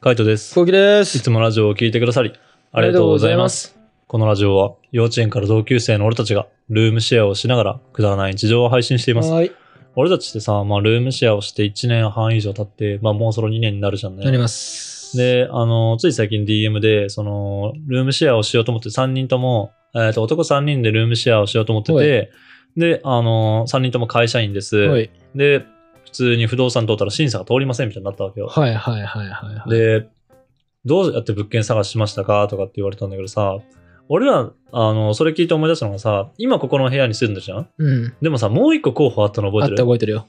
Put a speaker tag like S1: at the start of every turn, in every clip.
S1: カイトです。
S2: こうきで
S1: い
S2: す。
S1: つもラジオを聞いてくださり、ありがとうございます。このラジオは、幼稚園から同級生の俺たちが、ルームシェアをしながら、くだらない日常を配信しています。
S2: はい。
S1: 俺たちってさ、まあ、ルームシェアをして1年半以上経って、まあ、もうそろ2年になるじゃんね。
S2: なります。
S1: で、あの、つい最近 DM で、その、ルームシェアをしようと思って、3人とも、えっ、と、男3人でルームシェアをしようと思って
S2: は
S1: て、で、あの、3人とも会社員です。
S2: はい、
S1: で、普通に不動産通ったら審査が通りませんみたいになったわけよ。
S2: はいはいはいはいはい。
S1: で、どうやって物件探しましたかとかって言われたんだけどさ、俺ら、あの、それ聞いて思い出したのがさ、今ここの部屋に住んでるじゃん
S2: うん。
S1: でもさ、もう一個候補あったの覚
S2: あ
S1: え
S2: ってた
S1: る
S2: 覚えてるよ。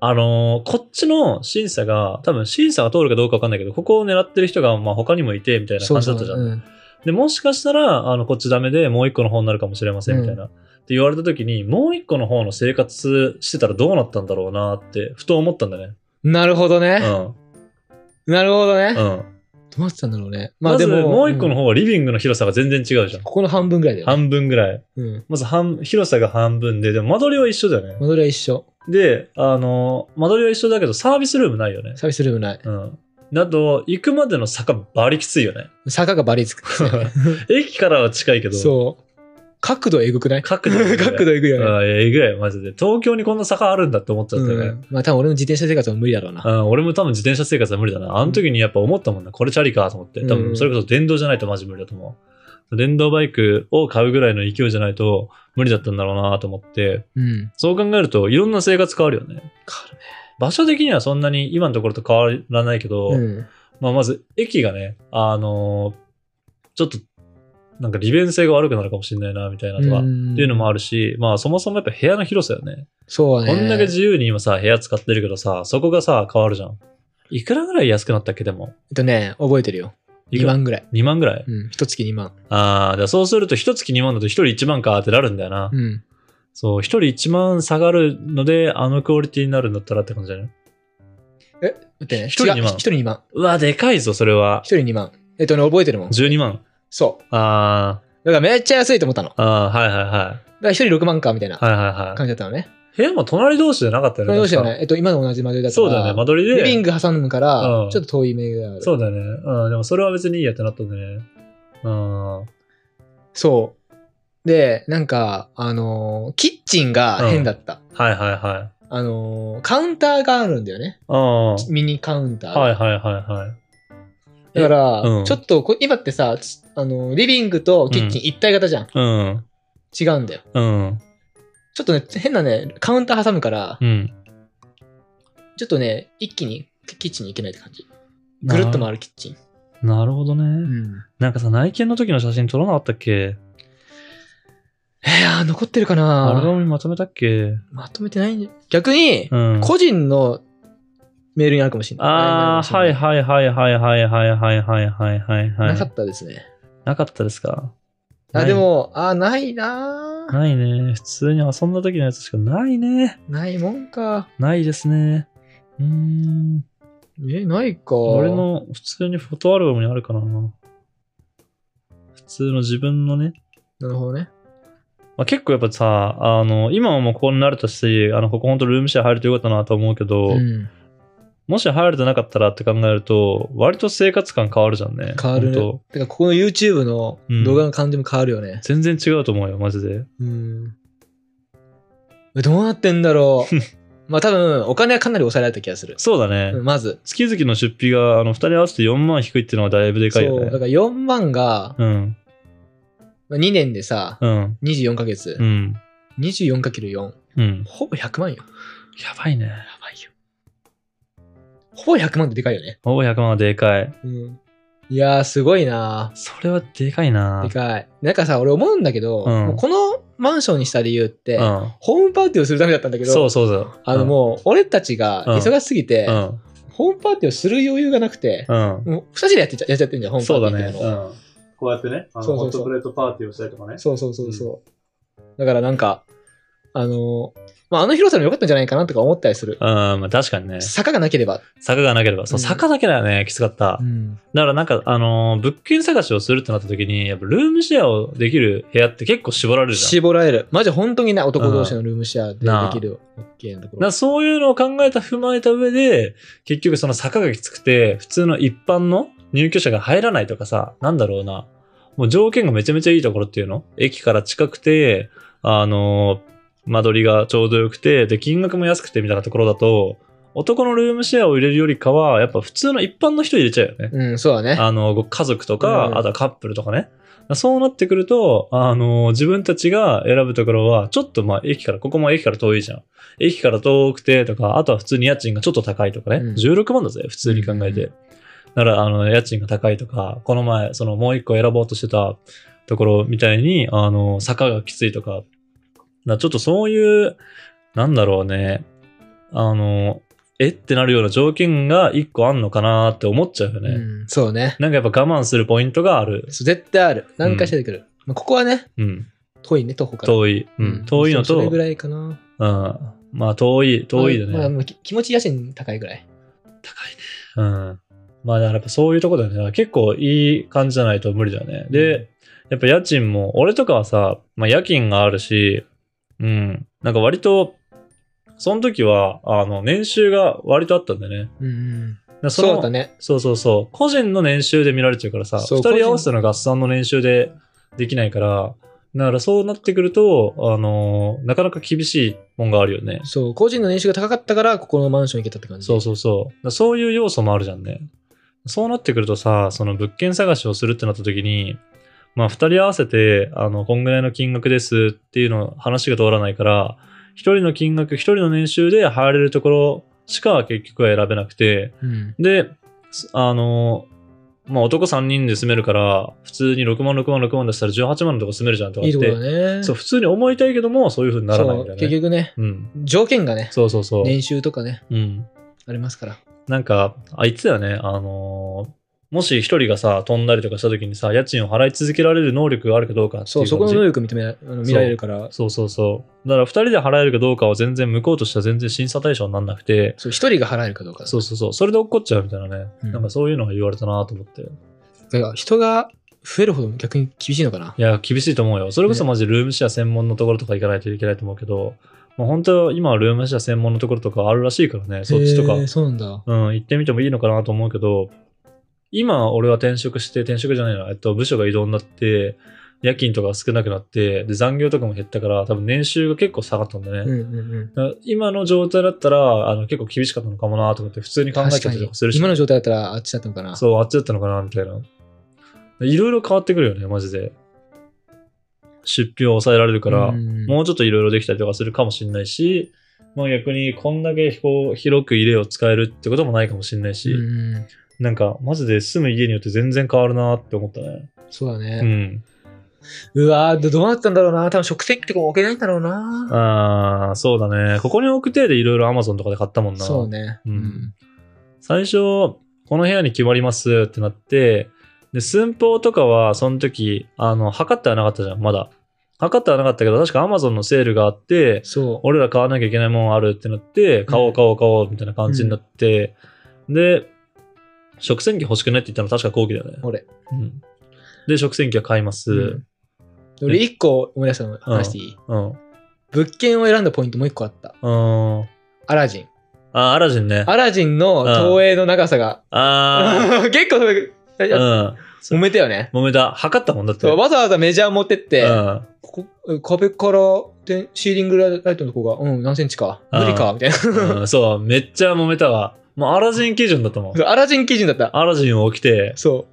S1: あのーこっちの審査が、多分審査が通るかどうかわかんないけど、ここを狙ってる人がまあ他にもいて、みたいな感じだったじゃん。
S2: うん。
S1: で、もしかしたら、あの、こっちダメで、もう一個の方になるかもしれません、みたいな。って言われた時に、もう一個の方の生活してたらどうなったんだろうなって、ふと思ったんだね。
S2: なるほど
S1: う
S2: ね。
S1: ん。
S2: なるほどね。
S1: う
S2: ど
S1: ん。
S2: うなってたんだろうね。 ま
S1: ま
S2: あ
S1: ず、
S2: でも、
S1: もう一個の
S2: ん
S1: 方はリビングの広さが全然違うじゃん。
S2: ここの半分ぐらいだよ。
S1: 半分ぐらい。
S2: うん。
S1: まず半、広さが半分で、でも間取りは一緒だよね。
S2: 戻りは一緒。
S1: で、あのー間取りは一緒だけど、サービスルームないよね。
S2: サービスルームない。
S1: うん。だと、行くまでの坂バリきついよ ね。
S2: 坂がバリつ く。
S1: 駅からは近いけど、
S2: そう。角度えぐくない
S1: 角度、ね、
S2: 角度えぐいよね。
S1: あえぐい、マジで。東京にこんな坂あるんだって思っちゃったよね。う
S2: うんんまあ多分俺の自転車生活は無理だろうな。
S1: 俺も多分自転車生活は無理だな。あの時にやっぱ思ったもんな。これチャリかと思って。多
S2: う
S1: 分
S2: ん
S1: それこそ電動じゃないとマジ無理だと思う。電動バイクを買うぐらいの勢いじゃないと無理だったんだろうなと思って。
S2: うん。
S1: そう考えるといろんな生活変わるよね。
S2: 変
S1: 場所的にはそんなに今のところと変わらないけど、
S2: うん。
S1: まあ、まず駅がね、あのーちょっとなんか利便性が悪くなるかもしれないなみたいなとか、っていうのもあ
S2: る。
S1: るし、まあそもそもやっぱ部屋の広さよね。
S2: そうね。
S1: こんだけ自由に今さ、部屋使ってるけどさ、そこがさ、変わるじゃん。いくらぐらい安くなったっけでも。
S2: えっとね、覚えてるよ。
S1: い
S2: 2
S1: くら
S2: 万ぐらい。
S1: 2万ぐらい、
S2: うん。一月2万。
S1: ああ、じゃあそうすると一月2万だと一人1万かってなるんだよな。
S2: うん。
S1: そう、一人1万下がるので、あのクオリティになるんだったらって感じだね。
S2: え、待ってね。
S1: 一人
S2: 違
S1: 2
S2: う
S1: 万
S2: 一人2万。
S1: うわ、でかいぞ、それは
S2: 一。人2万。えっとね、覚えてるもん。
S1: 12万。
S2: そう。
S1: あ
S2: だからめっちゃ安いと思ったの。だか
S1: あ、ああ、はいはいは。
S2: ら一人6万かみたいない
S1: はいはいは
S2: 感じだったのね。
S1: い。部屋も隣同士じゃなかったよね。
S2: どうしよう
S1: 確か
S2: ね。えっと、今の同じ間取りだった
S1: そ
S2: か
S1: う
S2: ら。
S1: だよね、間取りで。
S2: リビング挟むから
S1: うん、
S2: ちょっと遠い目がある。
S1: そうだよね。うん、でもそれは別にいいやってなったんでね。うん。
S2: そう。で、なんか、あのー、キッチンが変だった。
S1: はいはいはい。
S2: あのー、カウンターがあるんだよね。
S1: うん。
S2: ミニカウンター。
S1: はいはいはいはい。
S2: だから、
S1: うん
S2: ちょっとこ、今ってさ、つあのー、リビングとキッチン一体型じゃん。
S1: うん。
S2: 違うんだよ。
S1: うん。
S2: ちょっとね、変なね、カウンター挟むから、
S1: うん。
S2: ちょっとね、一気にキッチンに行けないって感じ。ぐるっと回るキッチン。
S1: なるほどね。
S2: ん。
S1: なんかさ、内見の時の写真撮らなかったっけ
S2: えー、残ってるかな
S1: アルバムにまとめたっけ
S2: まとめてないんじゃ逆に
S1: う、ん。
S2: 個人のメールになるかもしれない。
S1: あー、はい
S2: い。
S1: はいはいはいはいはいはいはいはいはいは
S2: なか
S1: い
S2: っ。たですね。
S1: なかったですか
S2: あ、
S1: ない
S2: でも、あー、ないなー
S1: ないね。普通に遊んだ時のやつしかないね。
S2: ないもんか。
S1: ないですね。うーん。
S2: え、ないか。
S1: 俺。の普通にフォトアルバムにあるかな。普通の自分のね。
S2: なるほどね。
S1: まあ、結構やっぱさ、あの、今はもうここになれたし、あの、ここ本当ルームシェア入るとよかったなと思うけど、
S2: うん。
S1: もし入れてなかったらって考えると、割と生活感変わるじゃんね。
S2: 変わる
S1: 本当
S2: てか、ここの YouTube の
S1: うん
S2: 動画の感じも変わるよね。
S1: 全然違うと思うよ、マジで。
S2: うん。えどうなってんだろ う。まあ多分、お金はかなり抑えられた気がする。
S1: そうだね。
S2: うんまず。
S1: 月々の出費が、あの、二人合わせて4万低いっていうのはだいぶでかい
S2: そ
S1: よ
S2: う。だか
S1: ね。
S2: ら4万が、
S1: うん。
S2: 2年でさ、
S1: うん。
S2: 24ヶ月。
S1: うん。
S2: 24×4。
S1: うん。
S2: ほぼ100万よ。
S1: やばいね。
S2: やばいよ。ほぼ100万ってでかいよね。
S1: ほぼ100万はでかい。
S2: うん。いやー、すごいな
S1: それはでかいな
S2: ー。でかい。なんかさ、俺思うんだけど、
S1: うん
S2: もうこのマンションにした理由って、
S1: うん。
S2: ホームパーティーをするためだったんだけど、
S1: そうそうそう。
S2: あのもう、俺たちが
S1: うん
S2: 忙しすぎて、
S1: うん。
S2: ホームパーティーをする余裕がなくて、
S1: うん。
S2: もう二人でやってちゃやっちゃってんじゃん、ホームパ
S1: そう
S2: ー
S1: だ
S2: ティー
S1: ね。
S2: っていううのを
S1: ん。こうやってね、あの
S2: そうそうそう
S1: ホットプレートパーティーをしたりとかね。
S2: そうそうそうそう。だからなんか、あのーまあ、あの広さでも良かったんじゃないかなとか思ったりする。
S1: うん、まあ確かにね。
S2: 坂がなければ。
S1: 坂がなければ。そう、
S2: うん
S1: 坂だけだよね、きつかった。
S2: ん。
S1: だからなんか、あのー物件探しをするってなった時に、やっぱルームシェアをできる部屋って結構絞られるじゃん。
S2: 絞られる。マジ本当にね、男同士のルームシェアでできる OK なと
S1: だか
S2: ころ
S1: ら。そういうのを考えた、踏まえた上で、結局その坂がきつくて、普通の一般の入居者が入らないとかさ、なんだろうな。もう条件がめちゃめちゃいいところっていうの駅から近くて、あのー間取りがちょうどよくて、で、金額も安くてみたいなところだと、男のルームシェアを入れるよりかは、やっぱ普通の一般の人入れちゃうよね。
S2: うん、そうだね。
S1: あの、ご家族とか、
S2: うん
S1: あとはカップルとかね。そうなってくると、あの、自分たちが選ぶところは、ちょっとまあ、駅から、ここも駅から遠いじゃん。駅から遠くてとか、あとは普通に家賃がちょっと高いとかね。
S2: うん
S1: 16万だぜ、普通に考えて。
S2: う
S1: なら、あの、家賃が高いとか、この前、その、もう一個選ぼうとしてたところみたいに、あの、坂がきついとか、なちょっとそういう、なんだろうね、あの、えってなるような条件が一個あんのかなって思っちゃうよね。
S2: うん、そうね。
S1: なんかやっぱ我慢するポイントがある。
S2: そう絶対ある。何回して出てくる。まあ、ここはね、
S1: うん。
S2: 遠いね、徒歩から。
S1: 遠い。うん。遠いの
S2: そ
S1: と、
S2: れ
S1: う
S2: ぐ
S1: ん。
S2: らいかな。
S1: まあ遠い、遠いよね。
S2: まあ、まあき気持ち家賃高いぐらい。
S1: 高いね。うん。まあだからやっぱそういうとこだよね。だから結構いい感じじゃないと無理だよね。で、やっぱ家賃も、俺とかはさ、まあ夜勤があるし、うん。なんか割と、その時は、あの、年収が割とあったんだよね。
S2: うんうん。
S1: だからそ
S2: そうだ
S1: の
S2: ったね。
S1: そうそうそう。個人の年収で見られちゃうからさ、
S2: そう
S1: 二人合わせての合算の年収でできないから、だからそうなってくると、あのーなかなか厳しいもんがあるよね。
S2: そう、個人の年収が高かったから、ここのマンション行けたって感じ。
S1: そうそうそう。だからそういう要素もあるじゃんね。そうなってくるとさ、その物件探しをするってなった時に、まあ二人合わせて、あの、こんぐらいの金額ですっていうの話が通らないから、一人の金額、一人の年収で入れるところしか結局は選べなくて、
S2: うん。
S1: で、すあの、まあ、男3人で住めるから、普通に6万、6万、6万出したら18万のとこ住めるじゃんとか
S2: い
S1: っ
S2: い
S1: て
S2: ところだね。
S1: そう、普通に思いたいけども、そういう風にならないんだ
S2: そう
S1: よ
S2: 結
S1: ね。
S2: 局ね、
S1: うん。
S2: 条件がね、
S1: そうそうそう。
S2: 年収とかね、
S1: うん。
S2: ありますから。
S1: なんか、あ、言ってたよね。あのーもし一人がさ、飛んだりとかした時にさ、家賃を払い続けられる能力があるかどうかっていう
S2: そう、そこの能力認めあの見られるから、
S1: そうそうそう。だから二人で払えるかどうかは全然向こうとしては全然審査対象にならなくて、
S2: そう、一人が払えるかどうか。
S1: そうそうそう。それで落っこっちゃうみたいなね。
S2: うん
S1: なんかそういうのが言われたなと思って。
S2: だから人が増えるほど逆に厳しいのかな。
S1: いや、厳しいと思うよ。それこそ
S2: ね
S1: マジルームシェア専門のところとか行かないといけないと思うけど、もう本当、今はルームシェア専門のところとかあるらしいからね、そっちとか、
S2: へーそうなんだ。
S1: うん、行ってみてもいいのかなと思うけど、今、俺は転職して、転職じゃないな、えっと、部署が異動になって、夜勤とか少なくなって、で、残業とかも減ったから、多分年収が結構下がったんだね。
S2: うんうんう
S1: だ
S2: ん。
S1: から今の状態だったら、あの、結構厳しかったのかもなと思って、普通に考え
S2: 確
S1: ちゃ
S2: か
S1: ったりと
S2: に
S1: かする。し、
S2: 今の状態だったらあっちだったの かな。
S1: そう、あっちだったのかな、みたいな。いろいろ変わってくるよね、マジで。出費を抑えられるから、
S2: ん
S1: もうちょっといろいろできたりとかするかもしれないし、まあ逆にこんだけこう広く家を使えるってこともないかもしれないし、
S2: うん
S1: なんかマジで住む家によって全然変わるなって思ったね。
S2: そうだ
S1: う
S2: ね。
S1: ん。
S2: うわーどどうなったんだろうな。多分食洗機とかも置けないんだろうな。
S1: ああ、そうだね。ここに置く手でいろいろ Amazon とかで買ったもんな。
S2: そうね。
S1: うん最初、この部屋に決まりますってなって、で、寸法とかは、その時、あの、測ってはなかったじゃん、まだ。測ってはなかったけど、確か Amazon のセールがあって、
S2: そ
S1: 俺ら買わなきゃいけないもんあるってなって、買おう買おう買おうみたいな感じになって、で、食洗機欲しくないって言ったの確か後期だよね
S2: う。。俺。
S1: うん。で、食洗機は買います。
S2: うん俺一個思い出したの話していい、
S1: うん。
S2: 物件を選んだポイントもう一個あった。
S1: うん。
S2: アラジン。
S1: あ、アラジンね。
S2: アラジンの投影の長さが。
S1: あ
S2: 結構そ れ、
S1: ー、うん。
S2: 揉めたよね。
S1: 揉めた。測ったもんだって。
S2: そうわざわざメジャー持ってって、
S1: うん。
S2: ここ壁からでシーリングライトのとこが、うん、何センチか、無理か、みたいな。
S1: うんそう、めっちゃ揉めたわ。もうアラジン基準だったもん
S2: そ。うアラジン基準だった。
S1: アラジンを起きて、
S2: そ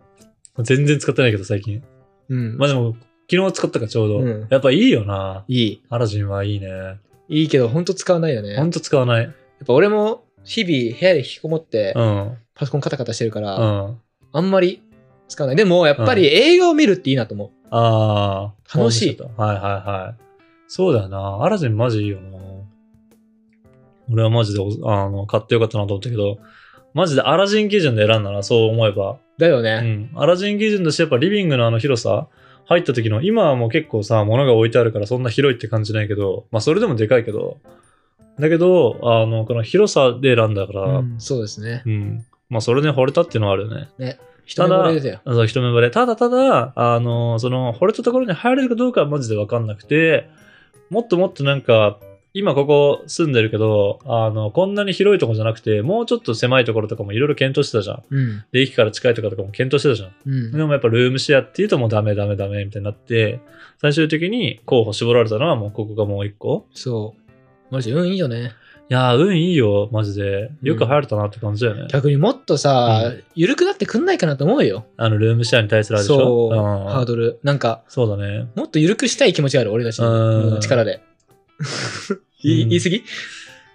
S1: 全然使ってないけど最近。
S2: う。うん。
S1: まあでも、昨日使ったからちょうど。
S2: うん
S1: やっぱいいよな。
S2: いい。
S1: アラジンはいいね。
S2: いいけど、ほんと使わないよね。
S1: ほ
S2: やっ
S1: んと使わない。
S2: ぱ俺も日々部屋で引きこもって
S1: う、ん。
S2: パソコンカタカタしてるから、
S1: うん。
S2: あんまり使わない。でも、やっぱり映画を見るっていいなと思う。
S1: ああ。
S2: 楽しい
S1: もう見せたはいはいはい。そうだよな。アラジンマジいいよな。俺はマジでおあの買ってよかったなと思ったけど、マジでアラジン基準で選んだな、そう思えば。
S2: だよ
S1: う
S2: ね。
S1: ん。アラジン基準だし、やっぱリビングのあの広さ、入った時の、今はもう結構さ、物が置いてあるからそんな広いって感じないけど、まあそれでもでかいけど、だけど、あの、この広さで選んだから、
S2: う
S1: うん。
S2: んそうですね。
S1: まあそれで惚れたっていうのはあるよね。
S2: 人のれだよ。
S1: あそう一目惚れ。ただただ、あの、その、惚れたところに入れるかどうかはマジでわかんなくて、もっともっとなんか、今ここ住んでるけど、あの、こんなに広いとこじゃなくて、もうちょっと狭いところとかもいろいろ検討してたじゃん。
S2: うん。
S1: で、駅から近いとかとかも検討してたじゃん。
S2: うん。
S1: でもやっぱルームシェアっていうともうダメダメダメみたいになって、最終的に候補絞られたのはもうここがもう一個。
S2: そう。マジ、運いいよね。
S1: いやー、運いいよ、マジで。よく入れたなって感じだよね。
S2: 逆にもっとさ、
S1: う
S2: 緩くなってくんないかなと思うよ。
S1: あの、ルームシェアに対するあれでしょ
S2: そう、
S1: ん
S2: ハードル。なんか、
S1: そうだね。
S2: もっと緩くしたい気持ちがある、俺たち
S1: うん
S2: の力 で。言い言い過ぎ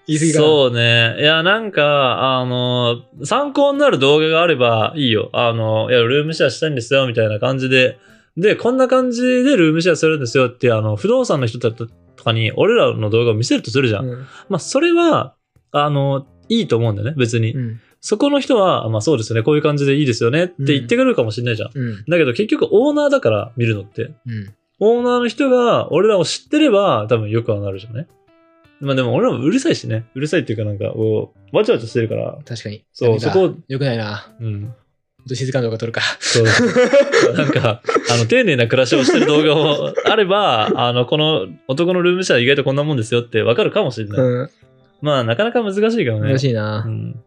S2: 言い過ぎかな
S1: そうね。いや、なんか、あの、参考になる動画があればいいよ。あの、いや、ルームシェアしたいんですよ、みたいな感じで。で、こんな感じでルームシェアするんですよって、あの、不動産の人たちとかに、俺らの動画を見せるとするじゃん。
S2: うん
S1: まあ、それは、あの、いいと思うんだよね、別に。
S2: うん。
S1: そこの人は、まあ、そうですよね、こういう感じでいいですよねって言ってくれるかもしれないじゃん。
S2: うん。
S1: だけど、結局、オーナーだから、見るのって。
S2: うん。
S1: オーナーの人が俺らを知ってれば多分よくはなるじゃんね。まあでも俺らもうるさいしね。うるさいっていうかなんかこう、わちゃわちゃしてるから。
S2: 確かに。
S1: そう、
S2: ダ
S1: そ
S2: メだ
S1: こ、
S2: よくないな。
S1: うん。
S2: ほんと静かな動画撮るか。
S1: そう。 なんか、あの、丁寧な暮らしをしてる動画もあれば、あの、この男のルームシェア意外とこんなもんですよってわかるかもしれない。
S2: うん。
S1: まあなかなか難しいけどね。
S2: 難しいうな。
S1: ん。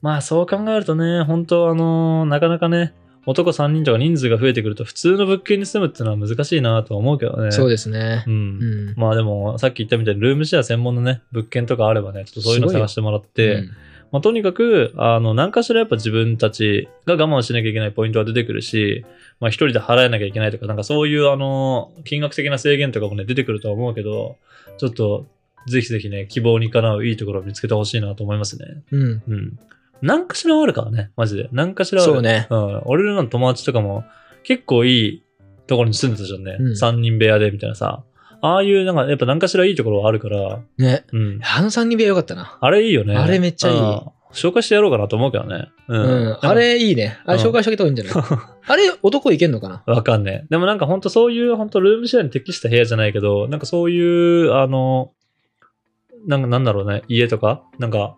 S1: まあそう考えるとね、本当あのなかなかね、男3人とか人数が増えてくると普通の物件に住むっていうのは難しいなとは思うけどね。
S2: そうですね。
S1: うん
S2: うん。
S1: まあでも、さっき言ったみたいに、ルームシェア専門のね、物件とかあればね、ちょっとそういうの
S2: すごいよ
S1: 探してもらって、まあとにかく、あの、何かしらやっぱ自分たちが我慢しなきゃいけないポイントは出てくるし、まあ一人で払えなきゃいけないとか、なんかそういう、あの、金額的な制限とかもね、出てくるとは思うけど、ちょっと、ぜひぜひね、希望にかなういいところを見つけてほしいなと思いますね。
S2: うん。うん。
S1: うん。何かしらはあるからね、マジで。何かしらはある
S2: そうね。
S1: うん、俺らの友達とかも結構いいところに住んでたじゃんね、
S2: うん
S1: 3人部屋でみたいなさああいうなんかやっぱ何かしらいいところはあるから、
S2: ね。
S1: うん、
S2: あの3人部屋よかったな。
S1: あれいいよね
S2: あれめっちゃいい
S1: うん紹介してやろうかなと思うけどねうん、
S2: うん。あれいいね。あれ紹介してあげた方がいいんじゃない あれ男いけんのかな
S1: わかんねえでもなんかほんとそういうほんとルームシェアに適した部屋じゃないけどなんかそういうあのなんかなんだろうね家とかなんか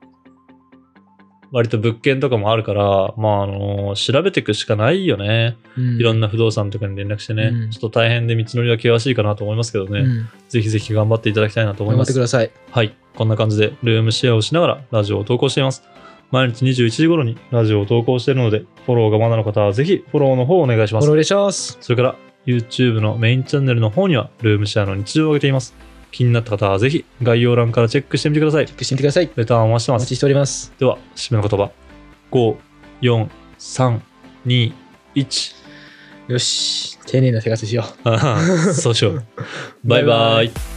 S1: 割と物件とかもあるから、まあ、あの調べていくしかないよね。い
S2: い
S1: ろん
S2: な
S1: な不動産とかに連絡してね、
S2: うん
S1: ちょっと大変で道のりは険しいかなと思いますけどね、
S2: うん。
S1: ぜひぜひ頑張っていただきたいなと思い
S2: 頑張
S1: ま
S2: って
S1: す
S2: く。ださい。
S1: はい、こんな感じでルームシェアをしながらラジオを投稿しています。毎日21時頃にラジオを投稿しているので、フォローがまだの方はぜひフォローの方をお願いし
S2: フ
S1: ま
S2: ォ
S1: す
S2: ロ。ーでします。
S1: それから YouTube のメインチャンネルの方にはルームシェアの日常を上げています。気になった方はぜひ概要欄からチェックしてみてください
S2: チェ。ックしてみてください。
S1: レターンを回して
S2: お
S1: ま
S2: 待
S1: す。
S2: ちしております。
S1: では、締めの言葉。5、4、3、2、1。
S2: よし。丁寧な生活しよう。
S1: ああそうしよう。バイバイ。